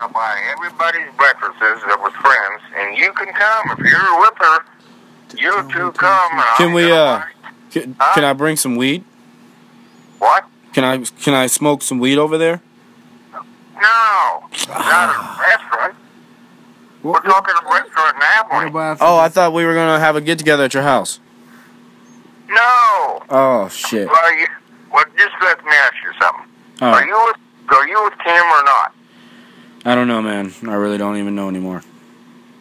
I buy everybody's breakfasts that was friends, and you can come if you're with her. You two come. And Can I'm we? gonna Uh, buy- can, Huh? can I bring some weed? What? Can I? Can I smoke some weed over there? No, not a restaurant. We're Ah. What, what, talking a restaurant in what Abilene. about Oh, I thought we were gonna have a get together at your house. No. Oh shit. Oh, Well, you, well, just let me ask you something. All Are right. you with, are you with Kim or not? I don't know, man. I really don't even know anymore.